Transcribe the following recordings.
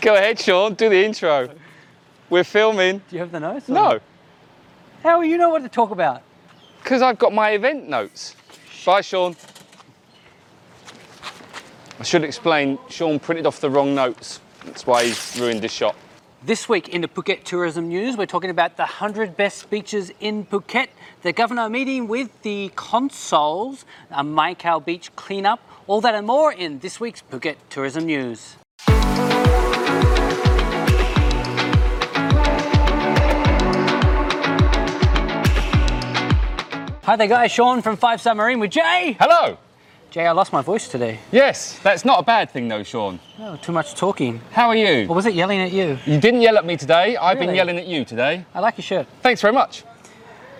Go ahead, Sean, do the intro. We're filming. Do you have the notes? or- No, How will you know what to talk about? because I've got my event notes. Bye, Sean. I should explain, Sean printed off the wrong notes. That's why he's ruined his shot. This week in the Phuket tourism news, we're talking about the 100 best speeches in Phuket, the governor meeting with the consoles, a Maikau beach cleanup, all that and more in this week's Phuket tourism news. Hi there, guys. Sean from Five Submarine with Jay. Hello. Jay, I lost my voice today. Yes, that's not a bad thing though, Sean. Oh, too much talking. How are Or you? was it yelling at you? You didn't yell at me today. I've been Really? yelling at you today. I like your shirt. Thanks very much.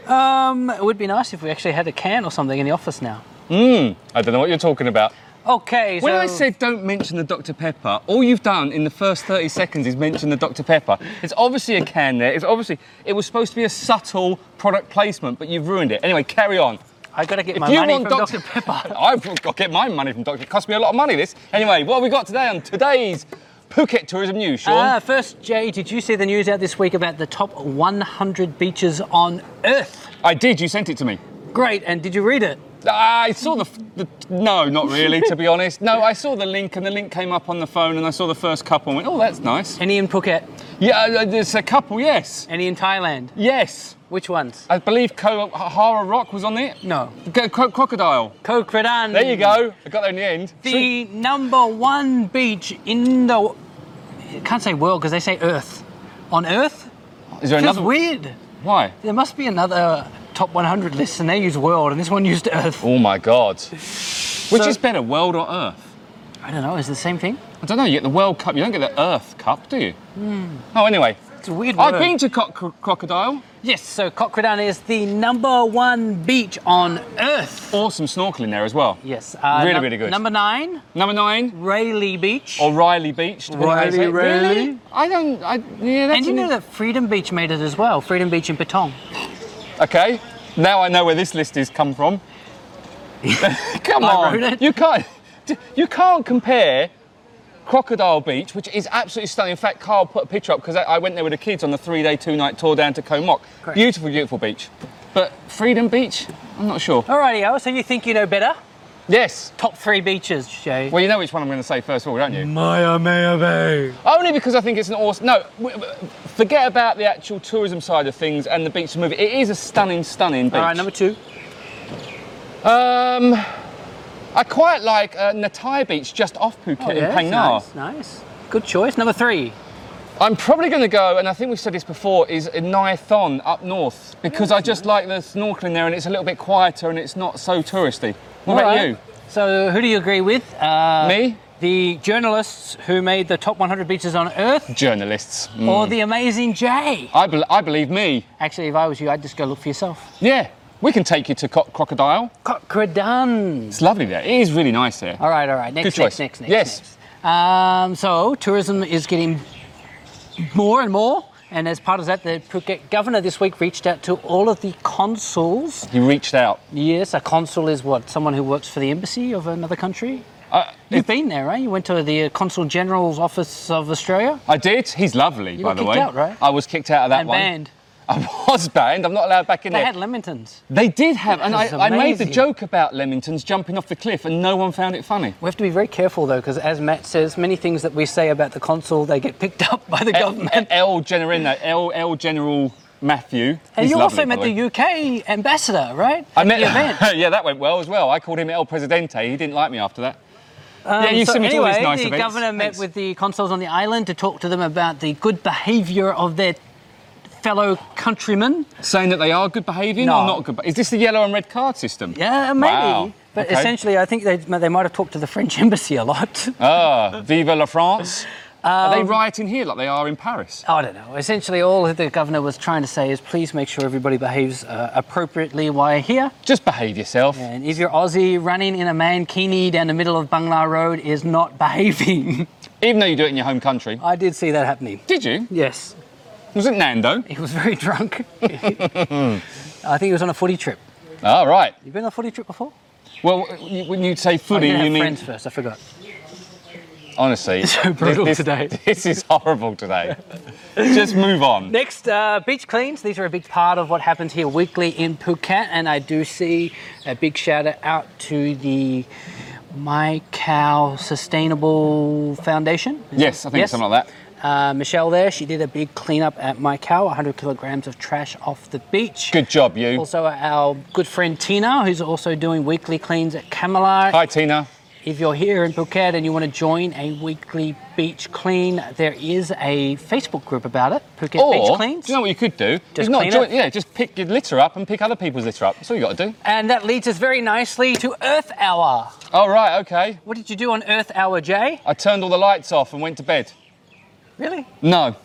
Um, it would be nice if we actually had a can or something in the office now. I don't know what you're talking about. Okay, so When I said don't mention the Dr. Pepper, all you've done in the first 30 seconds is mention the Dr. Pepper. It's obviously a can there. It's obviously, it was supposed to be a subtle product placement, but you've ruined it. Anyway, carry on. I gotta get If my you money want from Dr. Pepper. I've got to get my money from Dr. It cost me a lot of money, this. Anyway, what have we got today on today's Phuket Tourism News, Sean? Uh, first, Jay, did you see the news out this week about the top 100 beaches on Earth? I did, you sent it to me. Great, and did you read it? I saw the, f- the. No, not really, to be honest. No, I saw the link, and the link came up on the phone, and I saw the first couple and went, oh, that's nice. Any in Phuket? Yeah, uh, there's a couple, yes. Any in Thailand? Yes. Which ones? I believe Co- Hara Rock was on it. No. Go- Cro- crocodile. Koh Kradan. There you go. I got there in the end. The number one beach in the. I can't say world because they say Earth. On Earth? Is there Feels another? weird. Why? There must be another top 100 list, and they use world, and this one used Earth. Oh my God. Which So- is better, world or Earth? I don't know. Is it the same thing? I don't know. You get the World Cup. You don't get the Earth Cup, do you? Hmm. Oh, anyway. It's a weird word. I've been to co- Cro- crocodile. Yes. So Cochradan is the number one beach on Earth. Awesome snorkeling there as well. Yes. uh, Really, really good. Oh. Number nine, Number nine, Rayleigh Beach. O'Reilly Beach. depending on how you say O'Reilly, it. Rayleigh? Really? I don't. I, yeah, that's and you an- know that Freedom Beach made it as well. Freedom Beach in Patong. Okay, now I know where this list is come from. come I on, wrote it. you can't, you can't compare Crocodile Beach, which is absolutely stunning. In fact, Carl put a picture up because I, I went there with the kids on the three-day, two-night tour down to Koh Mok. Correct. Beautiful, beautiful beach. But Freedom Beach, I'm not sure. Alrighty, so you think you know better? Yes. Top three beaches, Jay. Well, you know which one I'm going to say first of all, don't Mm. you? Maya Maya Bay. Only because I think it's an awesome. No, w- w- forget about the actual tourism side of things and the beach movie. It is a stunning, stunning beach. All right, number two. Um, I quite like uh, Natai Beach just off Phuket in yeah, Phang Nga. Oh, nice, nice. Good choice. Number three. I'm probably going to go, and I think we've said this before, is in Nai Thon up north because I just like the snorkeling there and it's a little bit quieter and it's not so touristy. What about Alright, you? So who do you agree with? Uh, Me? The journalists who made the top 100 beaches on Earth, Journalists. Mm. or the amazing Jay? I, bel I believe me. Actually, if I was you, I'd just go look for yourself. Yeah, we can take you to Co- Crocodile. Cochradan. It's lovely there. It is really nice there. All right, all right. Next, Good choice. next, next, next. Yes. next. Um, so tourism is getting more and more. And as part of that, the Phuket governor this week reached out to all of the consuls. You reached out. Yes, a consul is what? Someone who works for the embassy of another country? Uh, You've been there, right? You went to the uh, Consul General's Office of Australia I did. He's lovely, You by were the kicked way. out, right? I was kicked out of that and one. banned. I was banned. I'm not allowed back in They there. had Leamingtons. They did have, and I, That's I made the amazing. joke about Leamingtons jumping off the cliff, and no one found it funny. We have to be very careful though, because as Matt says, many things that we say about the consul, they get picked up by the L, government. L Generino, L, L General Matthew. And he's you lovely, also by met the way. UK ambassador, right? I At met the event. yeah, that went well as well. I called him El Presidente. He didn't like me after that. yeah, Um, you've so seen me to all anyway, these nice the events. governor met Thanks. with the consuls on the island to talk to them about the good behaviour of their fellow countrymen. saying that they are good behaviour No. or not good. Be- Is this the yellow and red card system? Yeah, maybe. Wow. But Okay. essentially, I think they, they might have talked to the French embassy a lot. Ah, vive la France. are Um, they rioting here like they are in Paris? I don't know. Essentially, all that the governor was trying to say is please make sure everybody behaves uh, appropriately while you're here. Just behave yourself. And if you're Aussie, running in a mankini down the middle of Bangla Road is not behaving. Even though you do it in your home country. I did see that happening. Did you? Yes, Was it Nando? he was very drunk. I think he was on a footy trip. Ah, right. You been on a footy trip before? Well, when you say Oh, footy, you you have mean friends first. I forgot. Honestly, So brutal this, today. This is horrible today. Just move on. Next, uh, beach cleans. These are a big part of what happens here weekly in Phuket, and I do see a big shout out to the My Cow Sustainable Foundation. Yes, I think Yes. something like that. Uh, Michelle there, she did a big cleanup at My Cow, 100 kilograms of trash off the beach. Good job, you. Also, our good friend Tina, who's also doing weekly cleans at Kamalar. Hi, Tina. If you're here in Phuket and you want to join a weekly beach clean, there is a Facebook group about it, Phuket Beach Or, do Cleans. you know what you could do? Just Is not clean join- it? Yeah, just pick your litter up and pick other people's litter up. That's all you got to do. And that leads us very nicely to Earth Hour. All right, okay. What did you do on Earth Hour, Jay? I turned all the lights off and went to bed. Really? No.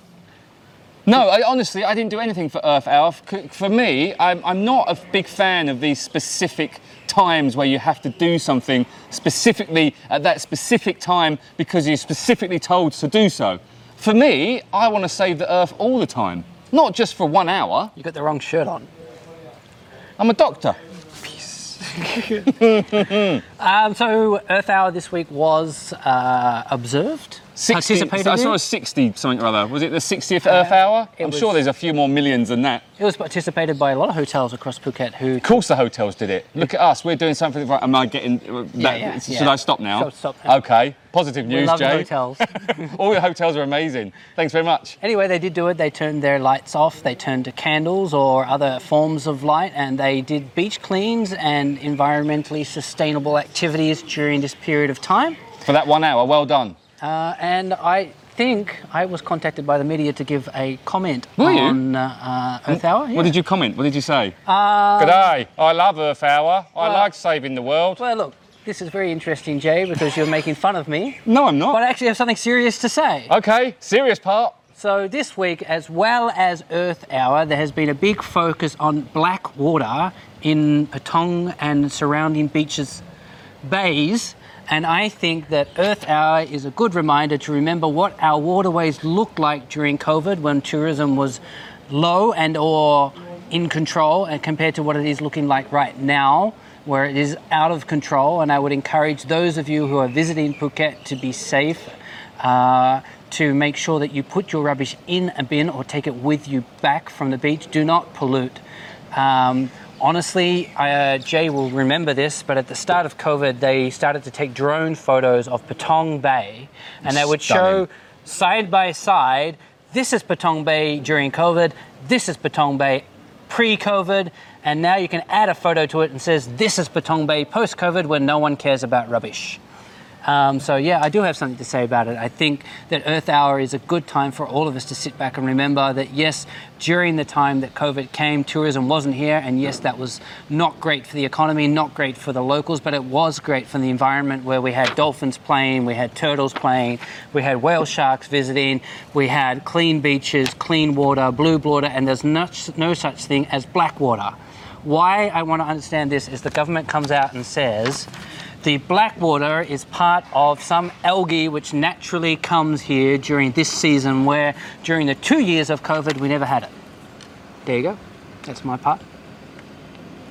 No, I, honestly, I didn't do anything for Earth Hour. F- For me, I'm, I'm not a big fan of these specific times where you have to do something specifically at that specific time because you're specifically told to do so. For me, I want to save the Earth all the time, not just for one hour. You got the wrong shirt on. I'm a doctor. Um, so Earth Hour this week was uh, observed, 60, participated I saw in. a 60 something or other. Was it the 60th Earth Hour? it I'm was- sure there's a few more millions than that. It was participated by a lot of hotels across Phuket who. Of course, the hotels did it. Look at us. We're doing something right. Am I getting? uh, That, yeah, should yeah. I stop now? Stop, stop now. Okay. Positive We news, love the Jay. hotels. All the hotels are amazing. Thanks very much. Anyway, they did do it. They turned their lights off. They turned to candles or other forms of light, and they did beach cleans and environmentally sustainable activities during this period of time. For that one hour, well done. Uh, and I think I was contacted by the media to give a comment Were you? on uh, uh, Earth Hour. yeah. What did you comment? What did you say? Um, Good day. I love Earth Hour. I like saving the world. Well, look, this is very interesting, Jay, because you're making fun of me. No, I'm not. But I actually have something serious to say. okay. Serious part. So, this week, as well as Earth Hour, there has been a big focus on black water in Patong and surrounding beaches, bays. And I think that Earth Hour is a good reminder to remember what our waterways looked like during COVID when tourism was low and or in control and compared to what it is looking like right now where it is out of control and I would encourage those of you who are visiting Phuket to be safe uh, to make sure that you put your rubbish in a bin or take it with you back from the beach. Do not pollute. Um, honestly, I, uh, Jay will remember this, but at the start of COVID, they started to take drone photos of Patong Bay and they would show Stunning. side by side this is Patong Bay during COVID, this is Patong Bay pre COVID. And now you can add a photo to it and says, This is Patong Bay post COVID when no one cares about rubbish. Um, so yeah, I do have something to say about it. I think that Earth Hour is a good time for all of us to sit back and remember that yes, during the time that COVID came, tourism wasn't here, and yes, that was not great for the economy, not great for the locals, but it was great for the environment where we had dolphins playing, we had turtles playing, we had whale sharks visiting, we had clean beaches, clean water, blue water, and there's no, no such thing as black water. Why I want to understand this is the government comes out and says the black water is part of some algae which naturally comes here during this season, where during the two years of COVID we never had it. There you go. That's my part.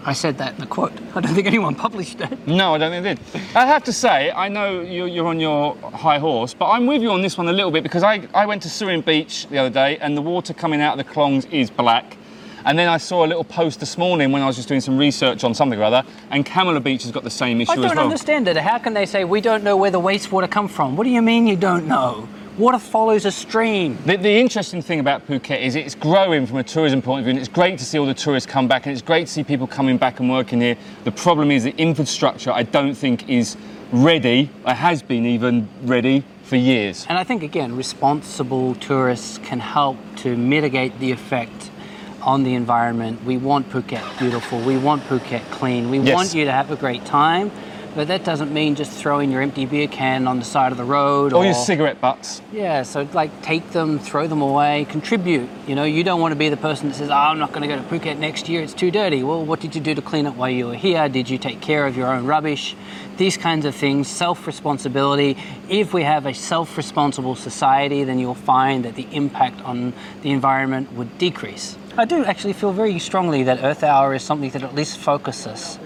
I said that in the quote. I don't think anyone published it. No, I don't think it did. I have to say, I know you're, you're on your high horse, but I'm with you on this one a little bit because I, I went to Surin Beach the other day and the water coming out of the clongs is black. And then I saw a little post this morning when I was just doing some research on something or other, and Camilla Beach has got the same issue I as don't well. understand it. How can they say we don't know where the wastewater come from? What do you mean you don't know? Water follows a stream. The, the interesting thing about Phuket is it's growing from a tourism point of view, and it's great to see all the tourists come back, and it's great to see people coming back and working here. The problem is the infrastructure, I don't think, is ready, or has been even ready for years. And I think, again, responsible tourists can help to mitigate the effect on the environment. We want Phuket beautiful, we want Phuket clean, we Yes. want you to have a great time, but that doesn't mean just throwing your empty beer can on the side of the road All your cigarette butts. yeah, so like take them, throw them away, contribute. You know, you don't want to be the person that says, oh, I'm not going to go to Phuket next year, it's too dirty. Well, what did you do to clean it while you were here? Did you take care of your own rubbish? These kinds of things, self responsibility. If we have a self responsible society, then you'll find that the impact on the environment would decrease. I do actually feel very strongly that Earth Hour is something that at least focuses,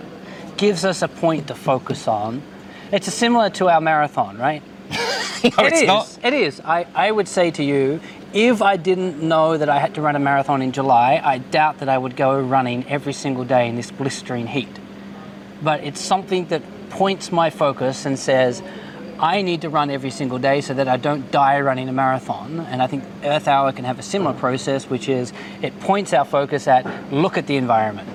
gives us a point to focus on. It's similar to our marathon, right? no, It Oh, it's is. not. It is. I, I would say to you, if I didn't know that I had to run a marathon in July, I doubt that I would go running every single day in this blistering heat. But it's something that points my focus and says, I need to run every single day so that I don't die running a marathon. And I think Earth Hour can have a similar process, which is it points our focus at look at the environment.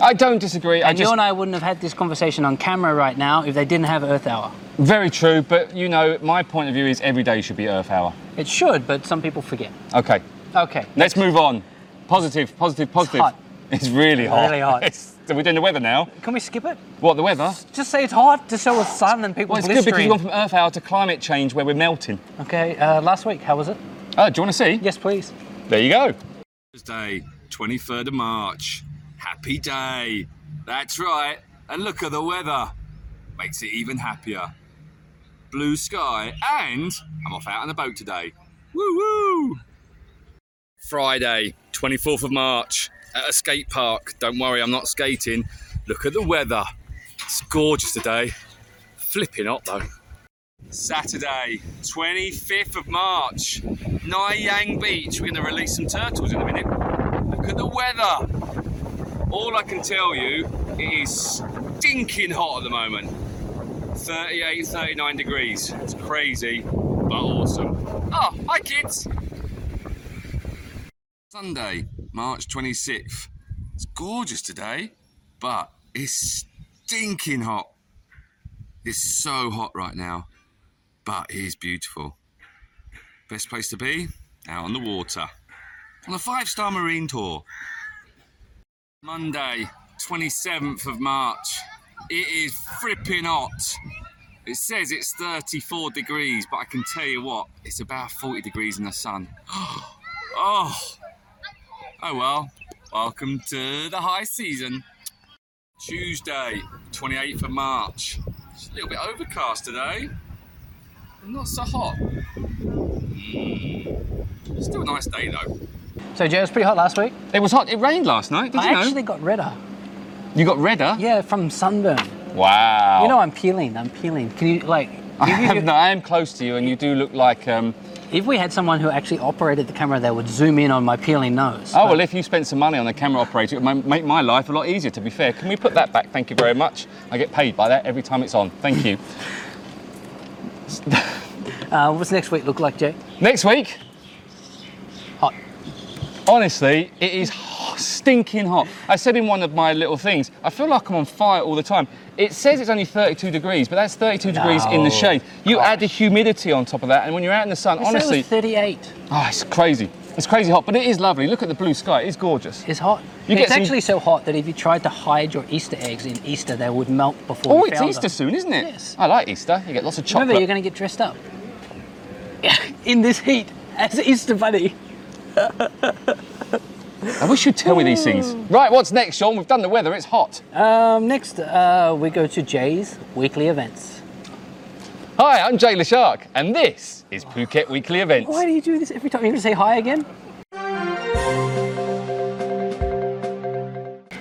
I don't disagree. I And you just and I wouldn't have had this conversation on camera right now if they didn't have Earth Hour. very true, but you know, my point of view is every day should be Earth Hour. It should, but some people forget. Okay, Okay. let's move on. Positive, positive, positive. hot. It's really hot. Really hot. It's- so we're doing the weather now. Can we skip it? What the weather? Just say it's hot to show with sun and people Well, it's good because blistering. you've gone from Earth Hour to climate change, where we're melting. okay, uh, last week, how was it? Oh, do you want to see? Yes, please. There you go. Thursday, 23rd of March. Happy day. That's right. And look at the weather. Makes it even happier. Blue sky, and I'm off out on the boat today. Woo woo! Friday, 24th of March, at a skate park. Don't worry, I'm not skating. Look at the weather. It's gorgeous today. Flipping hot though. Saturday, 25th of March, Nyang Beach. We're going to release some turtles in a minute. Look at the weather. All I can tell you, it is stinking hot at the moment. 38, 39 degrees. It's crazy, but awesome. Oh, hi kids. Sunday, March 26th. It's gorgeous today, but it's stinking hot. It's so hot right now but it is beautiful. Best place to be? Out on the water. On a five star marine tour. Monday, 27th of March. It is fripping hot. It says it's 34 degrees, but I can tell you what, it's about 40 degrees in the sun. Oh, oh well. Welcome to the high season. Tuesday, 28th of March. It's a little bit overcast today not so hot. Mm. Still a nice day though. So, Jay, it was pretty hot last week. It was hot. It rained last night. Did I you know? actually got redder. You got redder. Yeah, from sunburn. Wow. You know, I'm peeling, I'm peeling. Can you, like, I, if, you- have, no, I am close to you, and you do look like. Um, if we had someone who actually operated the camera, they would zoom in on my peeling nose. oh well, if you spent some money on a camera operator, it would ma- make my life a lot easier. To be fair, can we put that back? Thank you very much. I get paid by that every time it's on. Thank you. Uh, what's next week look like, Jay? Next week, Hot. honestly, it is ho- stinking hot. I said in one of my little things, I feel like I'm on fire all the time. It says it's only 32 degrees, but that's 32 degrees in No. the shade. You add the humidity on top of that, and when you're out in the sun, I said it honestly, was 38. oh, it's crazy. It's crazy hot, but it is lovely. Look at the blue sky; it's gorgeous. It's hot. You get it's some- actually so hot that if you tried to hide your Easter eggs in Easter, they would melt before Oh, you it's found Easter them. soon, isn't it? Yes. I like Easter. You get lots of chocolate. Remember, you're going to get dressed up in this heat as an Easter Bunny. I wish you'd tell me these things. Right, what's next, Sean? We've done the weather. It's hot. Um, next, uh, we go to Jay's weekly events. Hi, I'm Jay LeShark, and this is Phuket Weekly Events. Why do you do this every time? You're going to say hi again?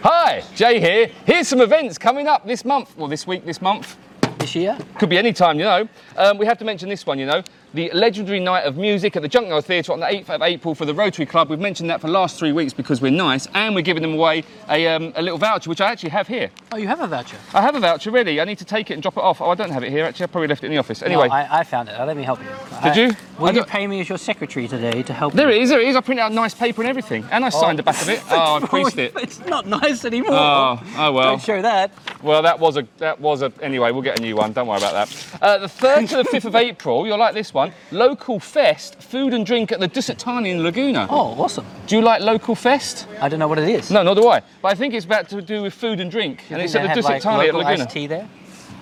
Hi, Jay here. Here's some events coming up this month. Well, this week, this month. This year? Could be any time, you know. Um, we have to mention this one, you know. The legendary night of music at the Junkyard Theatre on the 8th of April for the Rotary Club. We've mentioned that for the last three weeks because we're nice and we're giving them away a, um, a little voucher, which I actually have here. Oh, you have a voucher. I have a voucher ready. I need to take it and drop it off. Oh, I don't have it here, actually. I probably left it in the office. Anyway, No, I, I found it. Uh, Let me help you. Did I- you? Will I you got- pay me as your secretary today to help there you? it is, there it is. I printed out nice paper and everything. And I signed the back of it. Oh, I creased it. It's not nice anymore. Oh, oh well. Don't show that. Well, that was a that was a anyway. We'll get a new one. Don't worry about that. Uh, the third to the fifth of April. You'll like this one. Local fest, food and drink at the Dusitani in Laguna. Oh, awesome. Do you like local fest? I don't know what it is. No, nor do I. But I think it's about to do with food and drink, and You think it's at they the have, like, Dusitani at local Laguna. iced tea there?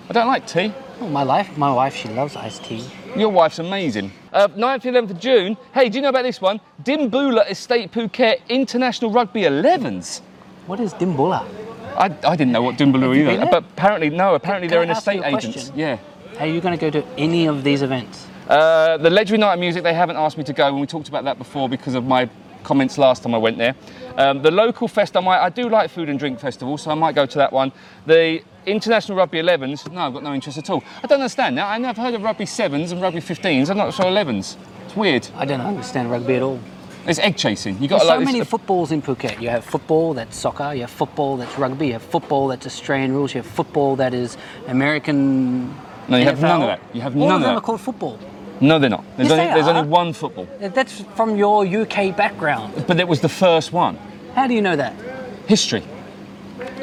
I don't like tea. Oh, my life, my wife, she loves iced tea. Your wife's amazing. Uh, 9th and 11th of June. Hey, do you know about this one? Dimboola Estate Phuket International Rugby 11s. What is dimbula? I, I didn't know what Dimboola Have you been either, there? but apparently no. Apparently Can they're I an ask you estate a agent. question? Yeah. Are you going to go to any of these events? Uh, the legendary night of music, they haven't asked me to go, and we talked about that before because of my comments last time I went there. Um, the local fest, I might, I do like food and drink festival, so I might go to that one. The International Rugby 11s, no, I've got no interest at all. I don't understand that. I've never heard of Rugby 7s and Rugby 15s. I'm not sure 11s. It's weird. I don't understand rugby at all. It's egg chasing. You got There's like so this- many footballs in Phuket. You have football that's soccer, you have football that's rugby, you have football that's Australian rules, you have football that is American. No, you have NFL. none of that. You have All none of of them that. are called football. No, they're not. There's, Yes, only, they there's are. only one football, That's from your UK background. but it was the first one. How do you know that? History.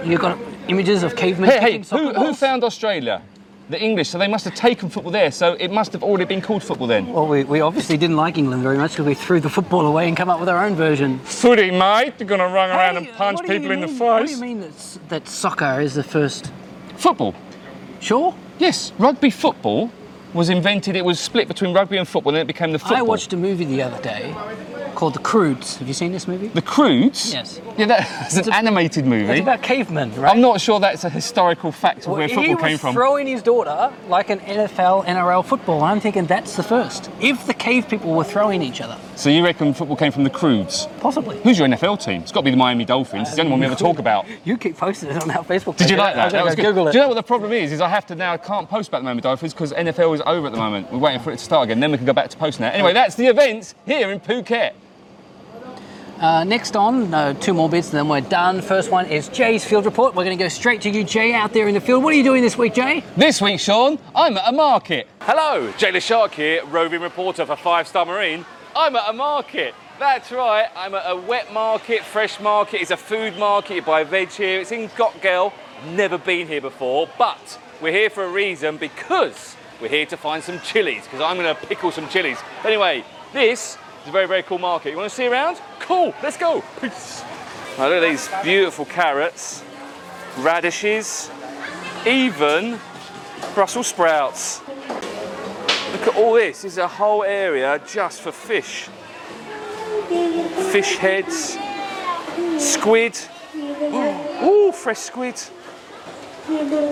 You got images of cavemen Hey, hey, kicking soccer who, who balls? found Australia? The English, so they must have taken football there, so it must have already been called football then. Well, we, we obviously didn't like England very much because we threw the football away and come up with our own version. Footy, mate, you're gonna run around Hey, and punch what do you people in the mean- face. What do you mean that, s- that soccer is the first? Football. Sure. Yes, rugby football was invented, it was split between rugby and football, and then it became the football. I watched a movie the other day called The Crudes. Have you seen this movie? The Crudes? Yes. Yeah, that's an a- animated movie. It's about cavemen, right? I'm not sure that's a historical fact of Well, where he football was came from. throwing his daughter like an NFL, NRL football. I'm thinking that's the first. If the cave people were throwing each other, So you reckon football came from the Crudes? possibly. Who's your NFL team? It's got to be the Miami Dolphins. It's the only one we ever talk about. You keep posting it on our Facebook. Did you page. like that? That I'm gonna was go good. Google it. Do you know what the problem is? Is I have to now I can't post about the Miami Dolphins because NFL is over at the moment. We're waiting for it to start again. Then we can go back to posting that. Anyway, that's the events here in Phuket. Uh, next on, uh, two more bits, and then we're done. First one is Jay's field report. We're going to go straight to you, Jay, out there in the field. What are you doing this week, Jay? This week, Sean, I'm at a market. Hello, Jayla Shark here, roving reporter for Five Star Marine. I'm at a market. That's right. I'm at a wet market, fresh market. It's a food market. You buy veg here. It's in Gotgel. Never been here before, but we're here for a reason because we're here to find some chilies. Because I'm going to pickle some chilies. Anyway, this is a very, very cool market. You want to see around? Cool. Let's go. Peace. Now look at these beautiful carrots, radishes, even Brussels sprouts. Look at all this. This is a whole area just for fish. Fish heads, squid. Ooh, fresh squid.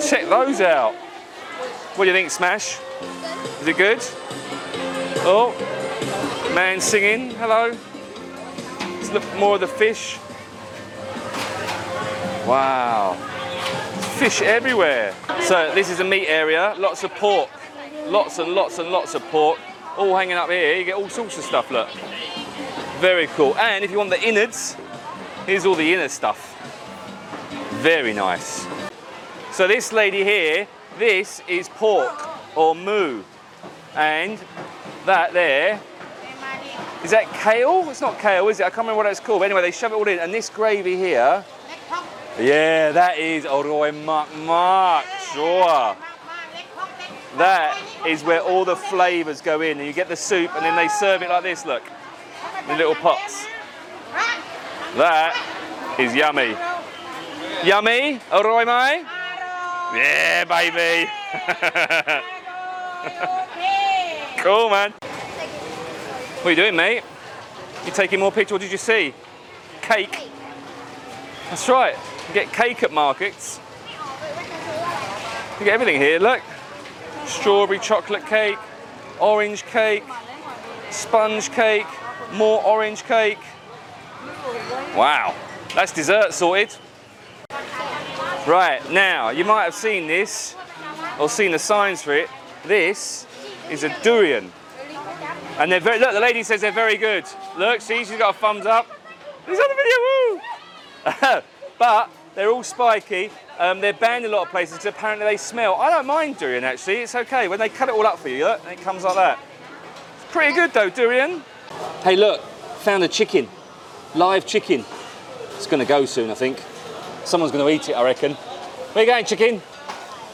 Check those out. What do you think, Smash? Is it good? Oh, man singing. Hello. Let's look at more of the fish. Wow. Fish everywhere. So this is a meat area. Lots of pork. Lots and lots and lots of pork. All hanging up here. You get all sorts of stuff. Look. Very cool. And if you want the innards, here's all the inner stuff. Very nice. So this lady here, this is pork or moo. And that there is that kale? It's not kale, is it? I can't remember what it's called. But anyway, they shove it all in. And this gravy here yeah, that is oh, Oroy Mark Mark, sure. That is where all the flavours go in, and you get the soup, and then they serve it like this. Look, the little pots. That is yummy. Yummy, Oh, Oroy Mai? Yeah, baby. cool, man. What are you doing, mate? You taking more pictures? What did you see? Cake. That's right. You get cake at markets. You get everything here, look. Strawberry chocolate cake, orange cake, sponge cake, more orange cake. Wow, that's dessert sorted. Right, now, you might have seen this or seen the signs for it. This is a durian. And they're very, look, the lady says they're very good. Look, see, she's got a thumbs up. He's on the video, woo! but they're all spiky. Um, they're banned in a lot of places because apparently they smell. I don't mind durian actually, it's okay. When they cut it all up for you, look, and it comes like that. It's pretty good though, durian. Hey, look, found a chicken. Live chicken. It's going to go soon, I think. Someone's going to eat it, I reckon. Where you going, chicken?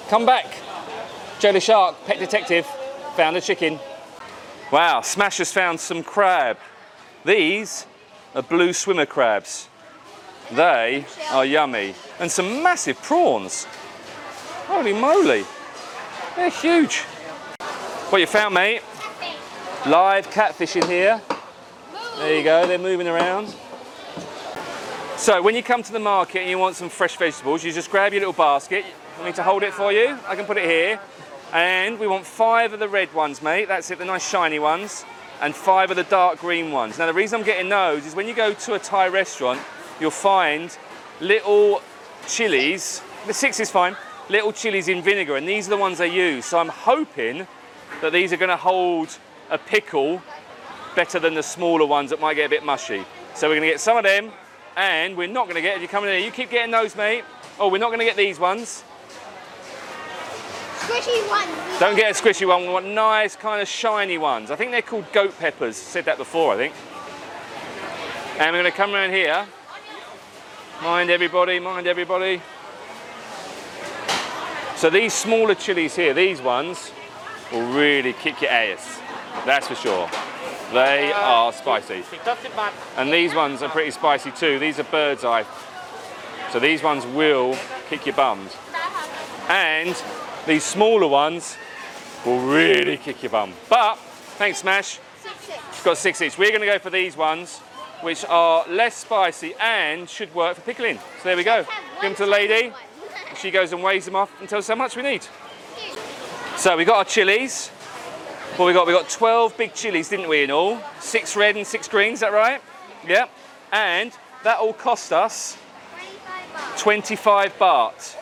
Come back. Jelly Shark, pet detective, found a chicken. Wow, Smash has found some crab. These are blue swimmer crabs. They are yummy. And some massive prawns. Holy moly. They're huge. What you found, mate? Live catfish in here. There you go, they're moving around. So when you come to the market and you want some fresh vegetables, you just grab your little basket. I need to hold it for you. I can put it here. And we want five of the red ones, mate. That's it, the nice shiny ones. and five of the dark green ones. Now, the reason I'm getting those is when you go to a Thai restaurant, you'll find little chilies. The six is fine. Little chilies in vinegar, and these are the ones they use. So I'm hoping that these are going to hold a pickle better than the smaller ones that might get a bit mushy. So we're going to get some of them, and we're not going to get. If you come in here, you keep getting those, mate. Oh, we're not going to get these ones. Squishy one. Don't get a squishy one. We want nice, kind of shiny ones. I think they're called goat peppers. Said that before, I think. And we're going to come around here. Mind everybody, mind everybody. So these smaller chilies here, these ones, will really kick your ass. That's for sure. They are spicy. And these ones are pretty spicy too. These are bird's eye. So these ones will kick your bums. And these smaller ones will really kick your bum. But thanks, Smash. It's got six each. We're going to go for these ones, which are less spicy and should work for pickling. So there we go. Give them to the lady. She goes and weighs them off and tells us how much we need. So we got our chilies. What we got? We got 12 big chilies, didn't we, in all? Six red and six greens, is that right? Yep. And that all cost us 25 baht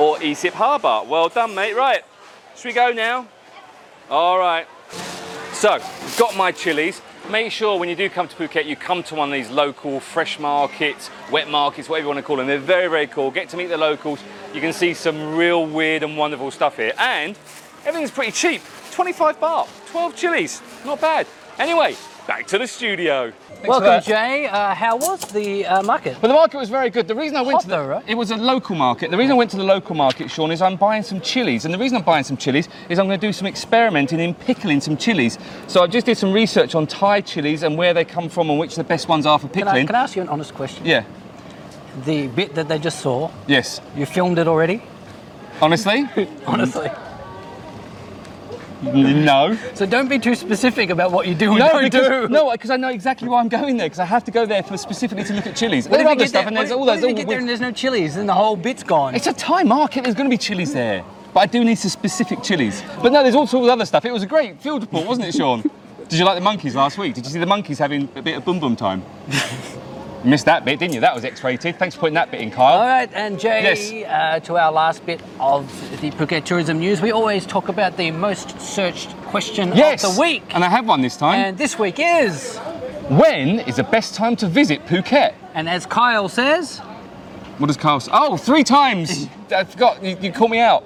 or E Esip Harbour. Well done, mate. Right, should we go now? All right. So, got my chilies. Make sure when you do come to Phuket, you come to one of these local fresh markets, wet markets, whatever you want to call them. They're very, very cool. Get to meet the locals. You can see some real weird and wonderful stuff here. And everything's pretty cheap 25 baht, 12 chilies. Not bad. Anyway, back to the studio. Welcome, that. Jay. Uh, how was the uh, market? But the market was very good. The reason I went Hot to the though, right? it was a local market. The reason I went to the local market, Sean, is I'm buying some chilies, and the reason I'm buying some chilies is I'm going to do some experimenting in pickling some chilies. So I just did some research on Thai chilies and where they come from and which the best ones are for Can I, pickling. can I ask you an honest question? Yeah. The bit that they just saw, Yes. you filmed it already? Mm-hmm. Honestly, Honestly. no. So don't be too specific about what you do and No, don't because, Oh, do. no, because I know exactly why I'm going there. Because I have to go there for specifically to look at chilies. All What if you other get stuff, there- and what there's if- all what those. if you all get weird- there and there's no chilies, then the whole bit's gone. It's a Thai market. There's going to be chilies there, but I do need some specific chilies. But no, there's all sorts of other stuff. It was a great field report, wasn't it, Sean? Did you like the monkeys last week? Did you see the monkeys having a bit of boom boom time? you missed that bit, didn't you? That was X-rated. Thanks for putting that bit in, Kyle. All right, and Jay, uh, to our last bit of the Phuket tourism news, we always talk about the most searched question Yes. of the week. And I have one this time. And this week is, when is the best time to visit Phuket? and as Kyle says, What does Kyle say? Oh, three times. I forgot. You, you caught me out.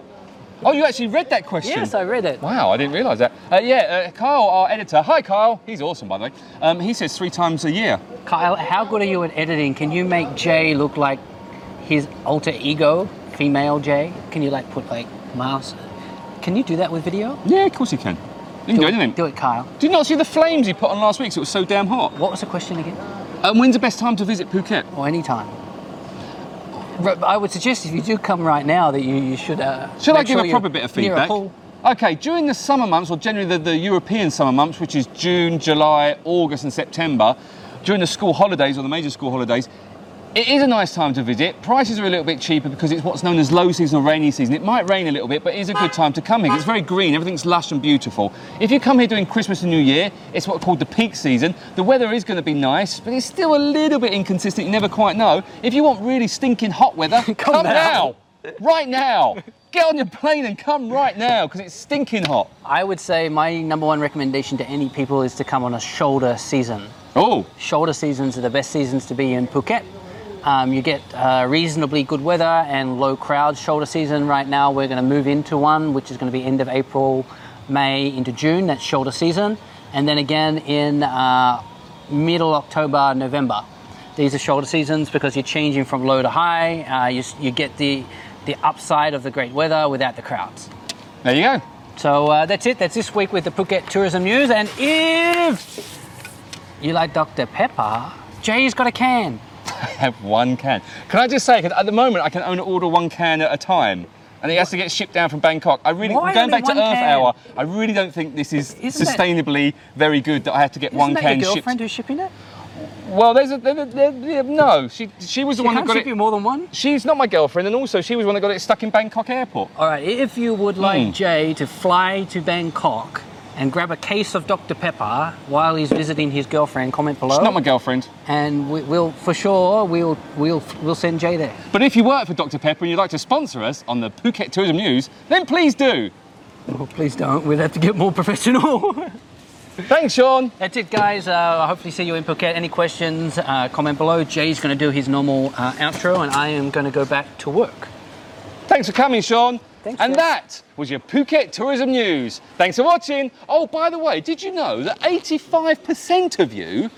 Oh, you actually read that question. yes, I read it. Wow, I didn't realise that. Uh, yeah, uh, Kyle, our editor. Hi, Kyle. He's awesome, by the way. Um, he says three times a year. Kyle, how good are you at editing? Can you make Jay look like his alter ego, female Jay? Can you like put like mouse? Can you do that with video? Yeah, of course he can. You can do it, anything. Do it, Kyle. Did you not see the flames he put on last week? 'cause it was so damn hot. What was the question again? And when's the best time to visit Phuket? Or any time. But I would suggest if you do come right now that you, you should. Uh, Shall I make give sure a you're proper bit of near a feedback? pool. Okay, during the summer months, or generally the, the European summer months, which is June, July, August, and September, during the school holidays or the major school holidays, it is a nice time to visit. Prices are a little bit cheaper because it's what's known as low season or rainy season. It might rain a little bit, but it is a good time to come here. It's very green, everything's lush and beautiful. If you come here during Christmas and New Year, it's what's called the peak season. The weather is going to be nice, but it's still a little bit inconsistent. You never quite know. If you want really stinking hot weather, come, now. now. Right now. Get on your plane and come right now because it's stinking hot. I would say my number one recommendation to any people is to come on a shoulder season. Oh, Shoulder seasons are the best seasons to be in Phuket. Um, you get uh, reasonably good weather and low crowds. Shoulder season right now, we're going to move into one, which is going to be end of April, May into June. That's shoulder season, and then again in uh, middle October, November. These are shoulder seasons because you're changing from low to high. Uh, you, s- you get the the upside of the great weather without the crowds. there you go. So uh, that's it. That's this week with the Phuket Tourism News. And if you like Dr. Pepper, Jay's got a can. have one can. Can I just say, 'cause at the moment, I can only order one can at a time. And it has to get shipped down from Bangkok. I really, Why going only back to one Earth can? Hour, I really don't think this is Isn't that- sustainably very good that I have to get Isn't one that can your shipped. girlfriend who's shipping it? Well, there's a, there, there- there- there- no. She, she was the She one that can't got ship it. you more than one. She's not my girlfriend, and also she was the one that got it stuck in Bangkok airport. Hmm. All right. If you would like Hmm. Jay to fly to Bangkok and grab a case of Dr. Pepper while he's visiting his girlfriend. Comment below. Not my girlfriend. and we, we'll, for sure, we'll, we'll, we'll send Jay there. But if you work for Dr. Pepper and you'd like to sponsor us on the Phuket Tourism News, then please do. Well, please don't. We'll have to get more professional. Thanks, Sean. That's it, guys. Uh, I hopefully see you in Phuket. Any questions, uh, comment below. Jay's going to do his normal uh, outro, and I am going to go back to work. Thanks for coming, Sean. Thanks, and Jeff. that was your Phuket Tourism News. Thanks for watching. Oh, by the way, did you know that 85% of you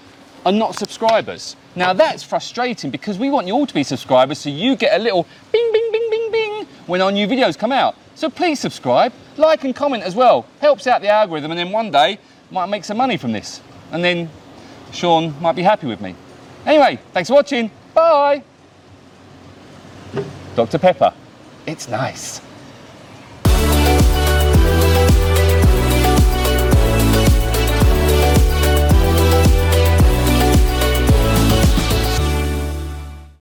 are not subscribers? Now, that's frustrating because we want you all to be subscribers so you get a little bing, bing, bing, bing, bing when our new videos come out. So please subscribe, like, and comment as well. Helps out the algorithm, and then one day might make some money from this. And then Sean might be happy with me. Anyway, thanks for watching. Bye. Dr. Pepper. It's nice.